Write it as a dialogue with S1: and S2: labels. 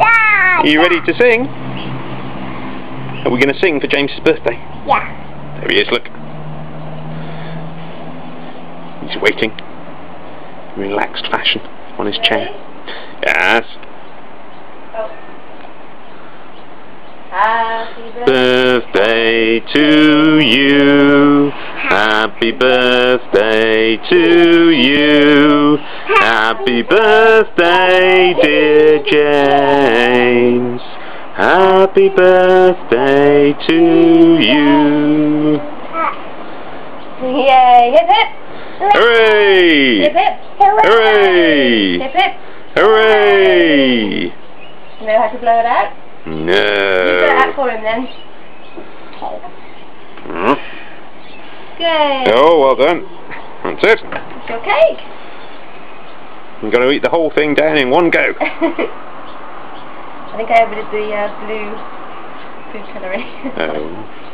S1: Are you ready to sing? Are we going to sing for James's birthday?
S2: Yeah.
S1: There he is, look. He's waiting. In relaxed fashion on his chair. Yes.
S2: Happy birthday.
S1: Birthday to you. Happy birthday to you. Happy birthday, dear James. Happy birthday to you.
S2: Yay, hip hip. Hip
S1: Hooray!
S2: hip.
S1: Hooray!
S2: Hip hip.
S1: Hooray!
S2: Know how to blow it out? You blow it out
S1: No.
S2: for him then.
S1: Mm.
S2: Good.
S1: Oh, well done. That's it.
S2: It's your cake.
S1: I'm going to eat the whole thing down in one go.
S2: I think I overdid the uh, blue food colouring.
S1: Oh.